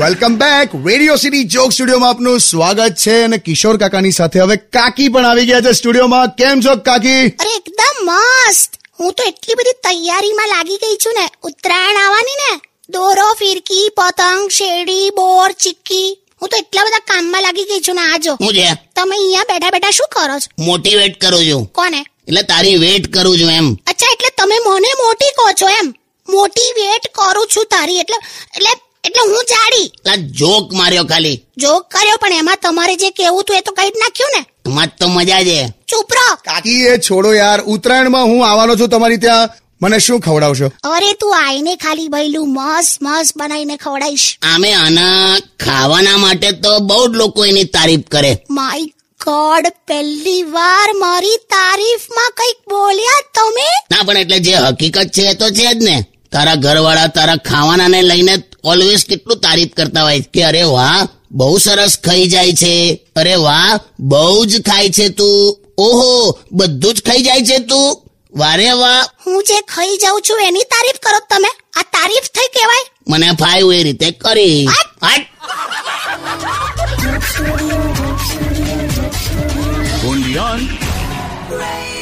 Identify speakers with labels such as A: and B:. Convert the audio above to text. A: welcome back radio city joke સ્ટુડિયોમાં આપનું સ્વાગત છે અને કિશોર કાકાની સાથે હવે કાકી પણ આવી ગયા છે સ્ટુડિયોમાં કેમ છો કાકી
B: અરે એકદમ મસ્ત હું તો એટલી બધી તૈયારીમાં લાગી ગઈ છું ને ઉત્તરાયણ આવવાની ને દોરો ફિરકી પતંગ શેરડી બોર ચીક્કી હું તો એટલા બધા કામમાં લાગી ગઈ છું ને આજો
C: હું છે
B: તમે અહીંયા બેઠા બેઠા શું કરો છો
C: મોટિવેટ કરું છું
B: કોને
C: એટલે તારી વેટ કરું છું એમ
B: અચ્છા એટલે તમે મને મોટી કહો છો એમ મોટી વેટ કરું છું તારી એટલે એટલે એટલે હું જાડી
C: એટલે જોક માર્યો ખાલી
B: જોક કર્યો પણ એમાં તમારે જે કેવું હતું એ તો કહી જ નાખ્યું ને
C: એમાં જ તો મજા છે
B: ચૂપ રહો
A: કાકી એ છોડો યાર ઉત્તરાયણમાં હું આવવાનો છું તમારી ત્યાં મને શું ખવડાવશો
B: અરે તું આઈને ખાલી બૈલું મસ્ત મસ્ત બનાવીને ખવડાવીશ
C: આમે આના ખાવાના માટે તો બહુ જ લોકો એની તારીફ કરે
B: માય ગોડ પહેલી વાર મારી તારીફમાં કંઈક બોલ્યા તમે
C: ના પણ એટલે જે હકીકત છે એ તો છે જ ને તારા ઘરવાળા તારા ખાવાનાને લઈને ઓલવેઝ કેટલું તારીફ કરતા હોય કે અરે વાહ બહુ સરસ ખાઈ જાય છે અરે વાહ બહુ જ ખાય છે તું ઓહો બધું જ ખાઈ જાય છે તું વારે વાહ
B: હું જે ખાઈ જાઉં છું એની તારીફ કરો તમે આ તારીફ થઈ કહેવાય
C: મને ફાયું એ રીતે કરી હટ
D: only on
E: Radio